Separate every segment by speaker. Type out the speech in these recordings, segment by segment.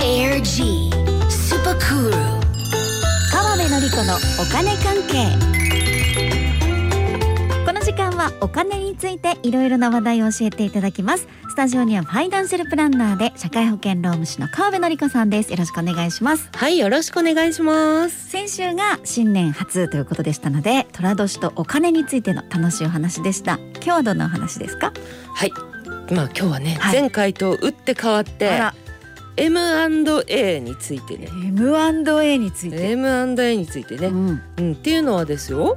Speaker 1: G スーパークール
Speaker 2: 川辺典子のお金関係この時間はお金についていろいろな話題を教えていただきますスタジオにはファイナンシャルプランナーで社会保険労務士の川辺典子さんですよろしくお願いします
Speaker 3: はい、よろしくお願いします。
Speaker 2: 先週が新年初ということでしたので寅年とお金についての楽しいお話でした今日はどんなお話ですか
Speaker 3: はい。まあ今日はね、
Speaker 2: はい
Speaker 3: 前回と打って変わって
Speaker 2: あら
Speaker 3: M&A についてね。
Speaker 2: M&A について、
Speaker 3: M&A について
Speaker 2: う
Speaker 3: ね、
Speaker 2: ん、
Speaker 3: うん、っていうのはですよ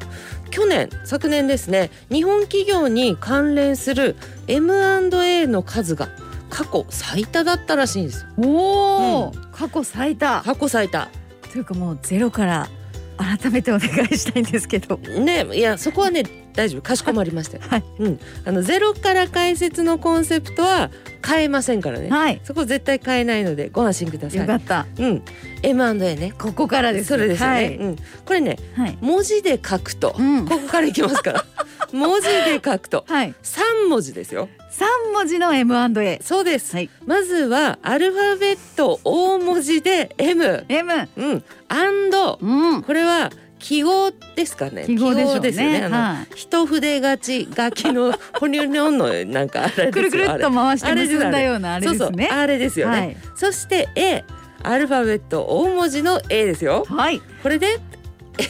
Speaker 3: 去年昨年ですね日本企業に関連する M&A の数が過去最多だったらしいんです
Speaker 2: おお、
Speaker 3: う
Speaker 2: 過去最多
Speaker 3: 過去最多
Speaker 2: というかもうゼロから改めてお願いしたいんですけ ど
Speaker 3: ねいやそこはね大丈夫かしこまりましたよ、
Speaker 2: はい
Speaker 3: うん、あのゼロから解説のコンセプトは変えませんからね
Speaker 2: はい
Speaker 3: そこ絶対変えないのでご安心くださ
Speaker 2: よ
Speaker 3: い
Speaker 2: かった
Speaker 3: うん、M&A ね。
Speaker 2: ここからです
Speaker 3: それですよね、
Speaker 2: はい
Speaker 3: うん。これね、
Speaker 2: はい
Speaker 3: 文字で書くと、
Speaker 2: うん
Speaker 3: ここからいきま すから。文字で書くと
Speaker 2: はい
Speaker 3: 三文字ですよ。
Speaker 2: 三文字の M&A
Speaker 3: そうです。
Speaker 2: はい
Speaker 3: まずはアルファベット大文字で M、
Speaker 2: M
Speaker 3: うん、and
Speaker 2: うん
Speaker 3: これは記号ですかね。
Speaker 2: 記号でしょうね
Speaker 3: ですよね。あの
Speaker 2: はい
Speaker 3: 一筆勝ち楽器の哺乳ののなんかあれですよ
Speaker 2: くるくるっと回して
Speaker 3: あれ
Speaker 2: 結んだようなあ
Speaker 3: あれ
Speaker 2: れで
Speaker 3: そう
Speaker 2: す
Speaker 3: そう
Speaker 2: ね
Speaker 3: あれですよね。
Speaker 2: はい
Speaker 3: そして A アルファベット大文字の A ですよ。
Speaker 2: はい
Speaker 3: これで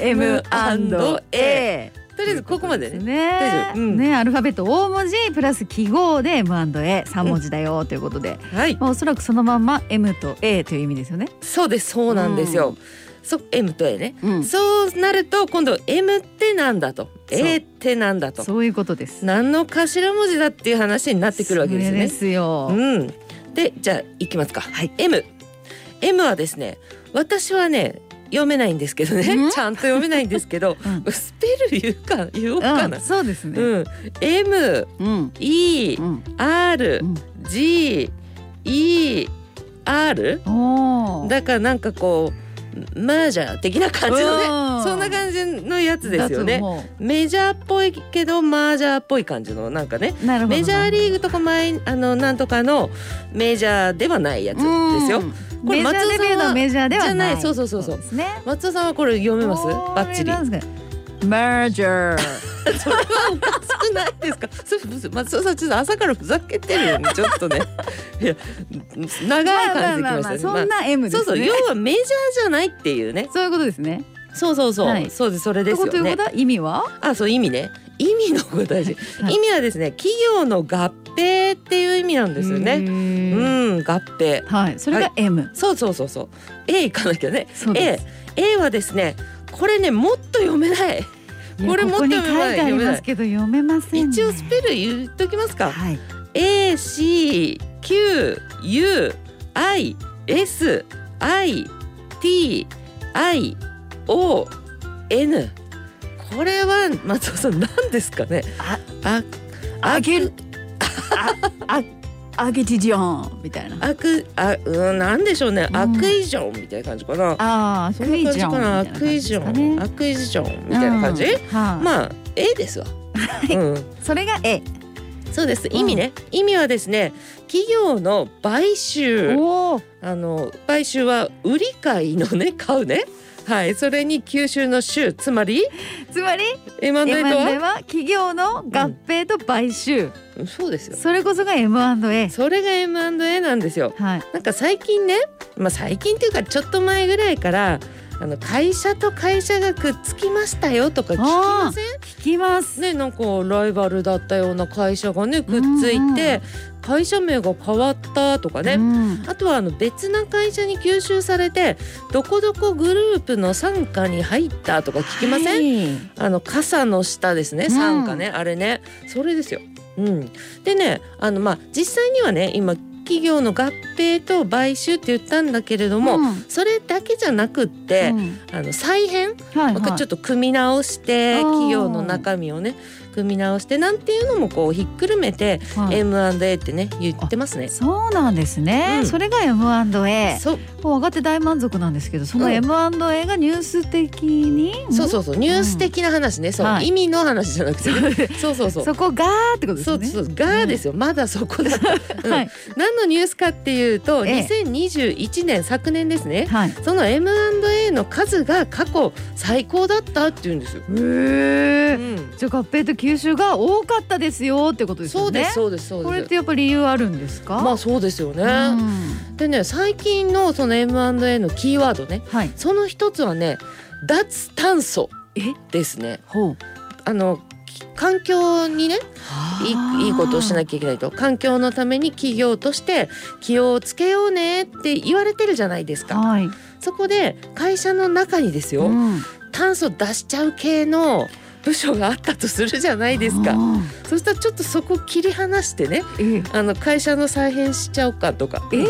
Speaker 2: M&A と
Speaker 3: M&A
Speaker 2: り
Speaker 3: とりあえずここまでね
Speaker 2: ね
Speaker 3: 大丈夫うん
Speaker 2: ねアルファベット大文字プラス記号で M&A 三文字だよということで、
Speaker 3: はい
Speaker 2: まあおそらくそのまんま M と A という意味ですよね
Speaker 3: そうですそうなんです
Speaker 2: う
Speaker 3: よ、そう M と A ね、
Speaker 2: うん
Speaker 3: そうなると今度 M ってなんだと
Speaker 2: そう
Speaker 3: A ってなんだと
Speaker 2: そういうことです
Speaker 3: 何の頭文字だっていう話になってくるわけですよ
Speaker 2: それ
Speaker 3: ね
Speaker 2: ですよ、
Speaker 3: うんでじゃあいきますか、はい、M M はですね私はね読めないんですけど
Speaker 2: うん
Speaker 3: ねちゃんと読めないんですけど、
Speaker 2: う
Speaker 3: スペル言うか言おうか
Speaker 2: う、、
Speaker 3: なん
Speaker 2: そうですね、
Speaker 3: うん、M
Speaker 2: うん、
Speaker 3: E
Speaker 2: うん
Speaker 3: R、
Speaker 2: うん
Speaker 3: G E R
Speaker 2: おー
Speaker 3: だからなんかこうマージャー的な感じのね
Speaker 2: うん
Speaker 3: そんな感じのやつです
Speaker 2: だ
Speaker 3: よ
Speaker 2: と
Speaker 3: ね
Speaker 2: も
Speaker 3: メジャーっぽいけどマージャーっぽい感じのなんかね
Speaker 2: うなるほど
Speaker 3: メジャーリーグとか前あのなんとかのメジャーではないやつですよ
Speaker 2: うん
Speaker 3: これ
Speaker 2: メジャーレベルのメジャーではない
Speaker 3: じゃないそうそうそうそう
Speaker 2: ですね
Speaker 3: 松尾さんはこれ読めますバッチ
Speaker 2: こ
Speaker 3: リ
Speaker 2: れなんですかマージャー
Speaker 3: それはおかしくないですかそれ松尾さんちょっと朝からふざけてるよねちょっ とねいや長い感じできましたね
Speaker 2: そん
Speaker 3: ま
Speaker 2: な M
Speaker 3: あ
Speaker 2: です
Speaker 3: そ
Speaker 2: ね
Speaker 3: うそう要はメジャーじゃないっていうね
Speaker 2: そういうことですね
Speaker 3: そうそうそう、
Speaker 2: はい
Speaker 3: そうですそれです
Speaker 2: というこ
Speaker 3: よね
Speaker 2: とは意味は
Speaker 3: あ、そう意味ね。意味のこと大事。
Speaker 2: はい
Speaker 3: 意味はですね、企業の合併っていう意味なんですよね。う
Speaker 2: ね
Speaker 3: ん、合併。
Speaker 2: はいそれが M
Speaker 3: そうそうそうそう。A 行かなきゃね。
Speaker 2: そうで
Speaker 3: A
Speaker 2: す
Speaker 3: A はですね、これねもっと読めない。
Speaker 2: いや
Speaker 3: これもっと
Speaker 2: ここに
Speaker 3: 読
Speaker 2: 書い
Speaker 3: めない
Speaker 2: てありますけど読めませんね
Speaker 3: 一応スペル言っときますか。
Speaker 2: はい
Speaker 3: A C Q U I S I T I O N これは松尾さん何ですかね。
Speaker 2: あ
Speaker 3: あ
Speaker 2: あげるあああげてじゃんみたいな
Speaker 3: 悪あうんなんでしょうね、
Speaker 2: うん
Speaker 3: 悪意ジョンみたいな感じかな。
Speaker 2: ああ
Speaker 3: そんな感じかな
Speaker 2: クイジョンみたいな感じ
Speaker 3: 悪意
Speaker 2: です
Speaker 3: ジ
Speaker 2: か
Speaker 3: ョ
Speaker 2: ね
Speaker 3: ン悪意ジョンみたいな感じ。
Speaker 2: うんはい
Speaker 3: まあ A ですわ。うん、
Speaker 2: それが A
Speaker 3: そうです意味ね、意味はですね企業の買収
Speaker 2: おお
Speaker 3: あの買収は売り買いのね 買うねはいそれに吸収の収つまり
Speaker 2: つまり
Speaker 3: M&A と
Speaker 2: M&A
Speaker 3: は
Speaker 2: は企業の合併と買収、
Speaker 3: うんそうですよ
Speaker 2: それこそが M&A
Speaker 3: それが M&A なんですよ
Speaker 2: はい
Speaker 3: なんか最近ね、まあ、最近っていうかちょっと前ぐらいからあの会社と会社がくっつきましたよとか聞きません
Speaker 2: 聞きます
Speaker 3: ねなんかライバルだったような会社がねく
Speaker 2: う
Speaker 3: っつ
Speaker 2: んう
Speaker 3: い
Speaker 2: ん
Speaker 3: て会社名が変わったとかね、
Speaker 2: うん
Speaker 3: あとはあの別な会社に吸収されてどこどこグループの傘下に入ったとか聞きません、
Speaker 2: はい
Speaker 3: あの傘の下ですね
Speaker 2: うん
Speaker 3: 傘下ね、あれねそれですよ。うん、でねあのまあ実際にはね今企業の合併と買収って言ったんだけれども、
Speaker 2: うん
Speaker 3: それだけじゃなくっ
Speaker 2: う
Speaker 3: て、
Speaker 2: ん
Speaker 3: あの再編、
Speaker 2: はい
Speaker 3: なんか
Speaker 2: はい
Speaker 3: ちょっと組み直して
Speaker 2: あー
Speaker 3: 企業の中身をね組み直してなんていうのもこうひっくるめて
Speaker 2: はい
Speaker 3: M&A ってね言ってますね。
Speaker 2: そうなんですね、
Speaker 3: うん
Speaker 2: それが M&A
Speaker 3: そう
Speaker 2: もう上がって大満足なんですけどその
Speaker 3: うん
Speaker 2: M&A がニュース的に、
Speaker 3: そうそうそうニュース的な話ね、そう、
Speaker 2: はい
Speaker 3: 意味の話じゃなくて、そうそうそう。
Speaker 2: そこがーってことです
Speaker 3: そ
Speaker 2: よ
Speaker 3: う
Speaker 2: ね
Speaker 3: そうがですよ、まだそこだった、うん
Speaker 2: はい
Speaker 3: 何のニュースかっていうと、
Speaker 2: ええ
Speaker 3: 2021年昨年ですね
Speaker 2: はい
Speaker 3: その M&A の数が過去最高だったっていうんですよ、
Speaker 2: へー
Speaker 3: うん
Speaker 2: じゃあ合併と吸収が多かったですよってことです
Speaker 3: そ
Speaker 2: よ
Speaker 3: うで
Speaker 2: ね
Speaker 3: すそうですそうです
Speaker 2: これってやっぱり理由あるんですか
Speaker 3: まあそうですよね、
Speaker 2: うん
Speaker 3: でね最近のその M&A のキーワードね
Speaker 2: はい
Speaker 3: その一つはね脱炭素
Speaker 2: え
Speaker 3: ですね
Speaker 2: ほう
Speaker 3: あのき環境にねいいいいことをしな
Speaker 2: き
Speaker 3: きゃいけないと環境のために企業として気をつけようねって言われてるじゃないですか
Speaker 2: はい、
Speaker 3: そこで会社の中にですよ、
Speaker 2: うん
Speaker 3: 炭素出しちゃう系の部署があったとするじゃないです
Speaker 2: あ
Speaker 3: か
Speaker 2: ー
Speaker 3: そしたらちょっとそこ切り離してね
Speaker 2: え
Speaker 3: あの会社の再編しちゃおうかとか
Speaker 2: え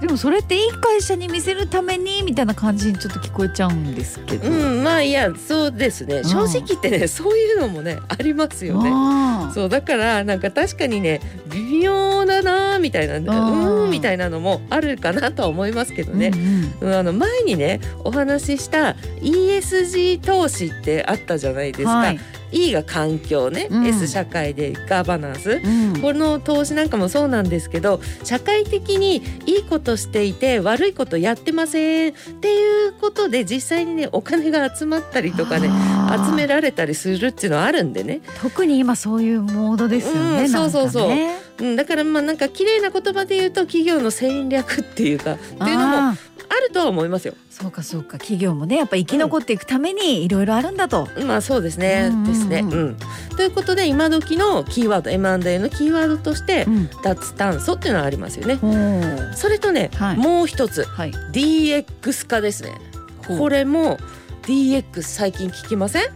Speaker 2: でもそれっていい会社に見せるためにみたいな感じにちょっと聞こえちゃうんですけど、
Speaker 3: うんまあいやそうですね
Speaker 2: ん
Speaker 3: 正直言ってねそういうのもねありますよね。
Speaker 2: あー
Speaker 3: そうだからなんか確かにね微妙だなみたいなうーんみたいなのもあるかなとは思いますけどね
Speaker 2: う、んうん
Speaker 3: うんあの前にねお話しした ESG 投資ってあったじゃないですか、
Speaker 2: はい
Speaker 3: E が環境ね、
Speaker 2: うん
Speaker 3: S 社会でガバナンス
Speaker 2: うん
Speaker 3: この投資なんかもそうなんですけど社会的にいいことしていて悪いことやってませんっていうことで実際にねお金が集まったりとかね
Speaker 2: あー
Speaker 3: 集められたりするっていうのはあるんでね、
Speaker 2: 特に今そういうモードですよね、
Speaker 3: うん
Speaker 2: なんかね
Speaker 3: そうそうそううん、だからまあなんか綺麗な言葉で言うと企業の戦略っていうかっていうのも
Speaker 2: あー
Speaker 3: あるとは思いますよ。
Speaker 2: そうかそうか企業もねやっぱ生き残っていくためにいろいろあるんだと、
Speaker 3: まあそうですね、
Speaker 2: うんうんうん
Speaker 3: ですね、うん。ということで今時のキーワード M&A のキーワードとして
Speaker 2: うん
Speaker 3: 脱炭素っていうのはありますよね。それとね、
Speaker 2: はい
Speaker 3: もう一つ
Speaker 2: はい
Speaker 3: DX 化ですね
Speaker 2: ほう
Speaker 3: これも DX 最近聞きません
Speaker 2: いや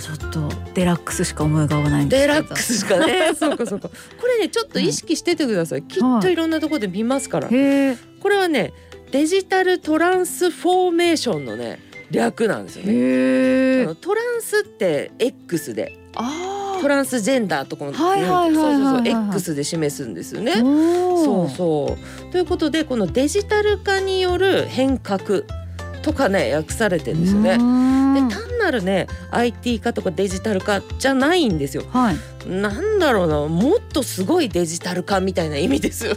Speaker 2: ちょっとデラックスしか思い浮かばないんです
Speaker 3: デ
Speaker 2: けど
Speaker 3: ラックスし かねそうかそうかこれねちょっと意識しててください、きっといろんなところで見ますから、
Speaker 2: へー
Speaker 3: これはねデジタルトランスフォーメーションのね略なんですよねあ
Speaker 2: へえ
Speaker 3: のトランスって X で
Speaker 2: あ
Speaker 3: トランスジェンダーとかも、
Speaker 2: はいはいはいはいはい
Speaker 3: そうそうそう X で示すんですよね
Speaker 2: ー
Speaker 3: そ
Speaker 2: お
Speaker 3: う
Speaker 2: ー
Speaker 3: そうということでこのデジタル化による変革とかね訳されてるんですよね
Speaker 2: うー。
Speaker 3: で
Speaker 2: ん
Speaker 3: 単なるね IT 化とかデジタル化じゃないんですよ。
Speaker 2: はい
Speaker 3: なんだろうなもっとすごいデジタル化みたいな意味ですよ。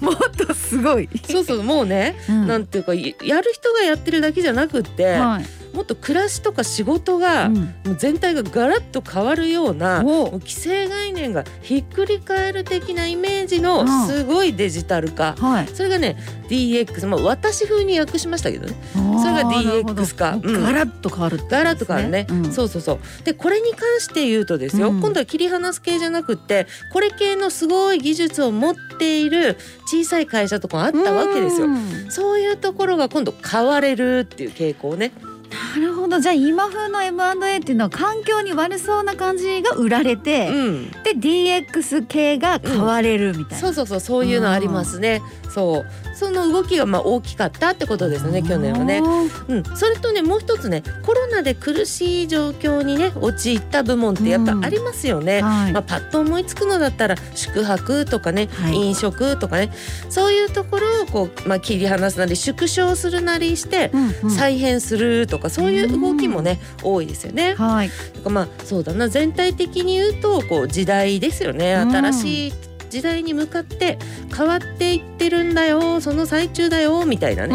Speaker 2: もっとすごい、
Speaker 3: そうそうもうね、
Speaker 2: うん
Speaker 3: なんていうかいやる人がやってるだけじゃなくって、
Speaker 2: はい
Speaker 3: もっと暮らしとか仕事が、
Speaker 2: うん
Speaker 3: もう全体がガラッと変わるようなも
Speaker 2: お
Speaker 3: う既成概念がひっくり返る的なイメージ
Speaker 2: う
Speaker 3: の
Speaker 2: ん
Speaker 3: すごいデジタル化。
Speaker 2: はい
Speaker 3: それがね DX まあ私風に訳しましたけどね
Speaker 2: そ
Speaker 3: れが DX かうん
Speaker 2: ガラッと変わるってことですね
Speaker 3: ガラとかね、
Speaker 2: うん
Speaker 3: そうそうそうでこれに関して言うとですよ、
Speaker 2: うん
Speaker 3: 今度は切り離す系じゃなくってこれ系のすごい技術を持っている小さい会社とかあったわけですよ
Speaker 2: う。ん
Speaker 3: そういうところが今度買われるっていう傾向ね。
Speaker 2: なるほどじゃあ今風の M&A っていうのは環境に悪そうな感じが売られ
Speaker 3: う
Speaker 2: て、
Speaker 3: ん、
Speaker 2: で DX 系が買われるみたいな、
Speaker 3: そうそうそうそういうのありますね。そうその動きがまあ大きかったってことですね去年はね。うん、それとねもう一つねコロナで苦しい状況にね陥った部門ってやっぱありますよね。
Speaker 2: はい
Speaker 3: まあ、パッと思いつくのだったら宿泊とかね、
Speaker 2: はい
Speaker 3: 飲食とかねそういうところをこう、まあ、切り離すなり縮小するなりして
Speaker 2: うんうん
Speaker 3: 再編するとかそういう動きもね多いですよね。
Speaker 2: はい
Speaker 3: だからまあそうだな全体的に言うとこう時代ですよね
Speaker 2: うん
Speaker 3: 新しい時代に向かって変わっていってるんだよその最中だよみたいなね。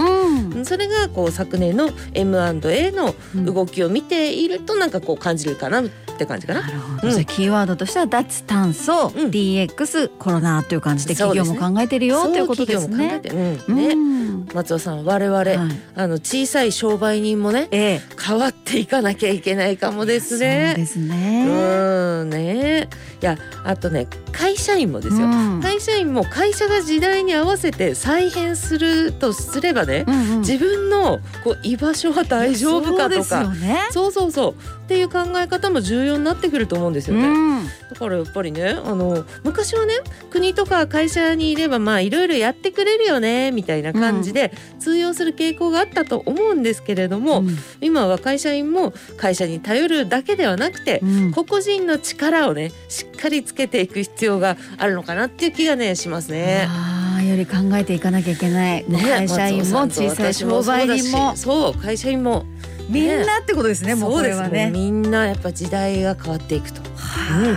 Speaker 2: う
Speaker 3: それがこう昨年の M&A の
Speaker 2: ん
Speaker 3: 動きを見ているとなんかこう感じるかなって感じかな
Speaker 2: な。るほど、
Speaker 3: うん
Speaker 2: じゃあキーワードとしては脱炭素、
Speaker 3: うん
Speaker 2: DX コロナという感じで
Speaker 3: そう
Speaker 2: 企
Speaker 3: で
Speaker 2: 業
Speaker 3: すね
Speaker 2: も考えてるよということです
Speaker 3: そう企業も
Speaker 2: ね
Speaker 3: 考え。てうんね、
Speaker 2: うん
Speaker 3: 松尾さん我々、
Speaker 2: はい
Speaker 3: あの小さい商売人もね
Speaker 2: ええ、
Speaker 3: 変わっていかなきゃいけないかもです
Speaker 2: そう
Speaker 3: ね。
Speaker 2: ですね。
Speaker 3: うんねやあとね会社員もです
Speaker 2: う
Speaker 3: よ、
Speaker 2: ん
Speaker 3: 会社員も会社が時代に合わせて再編するとすればね、
Speaker 2: うんうん
Speaker 3: 自分のこう居場所は大丈夫かと
Speaker 2: そ
Speaker 3: か
Speaker 2: うですよね。
Speaker 3: そうそうそうっていう考え方も重要になってくると思うんですよね。
Speaker 2: うん
Speaker 3: だからやっぱりねあの昔はね国とか会社にいればまあいろいろやってくれるよねみたいな感じで通用する傾向があったと思うんですけれども、
Speaker 2: うん
Speaker 3: 今は会社員も会社に頼るだけではなくて、
Speaker 2: うん
Speaker 3: 個々人の力をねしっかりつけていく必要があるのかなっていう気がねしますね。
Speaker 2: ああより考えていかなきゃいけない。もう
Speaker 3: ね
Speaker 2: 会社員も
Speaker 3: 松尾
Speaker 2: 小
Speaker 3: さん
Speaker 2: さい
Speaker 3: と私
Speaker 2: しモバイルも
Speaker 3: そうだしそう会社員も
Speaker 2: みんなってことですね。もう
Speaker 3: そ
Speaker 2: こ
Speaker 3: う
Speaker 2: れ
Speaker 3: です
Speaker 2: は
Speaker 3: もう
Speaker 2: ね。
Speaker 3: みんなやっぱ時代が変わっていくと。
Speaker 2: は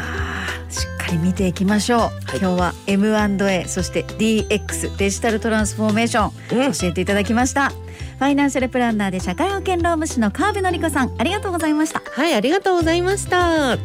Speaker 2: あしっかり見ていきましょう。
Speaker 3: い
Speaker 2: 今日は M&A そして DX デジタルトランスフォーメーション
Speaker 3: うん
Speaker 2: 教えていただきました。ファイナンシャルプランナーで社会保険労務士の川辺典子さんありがとうございました。
Speaker 3: はいありがとうございました。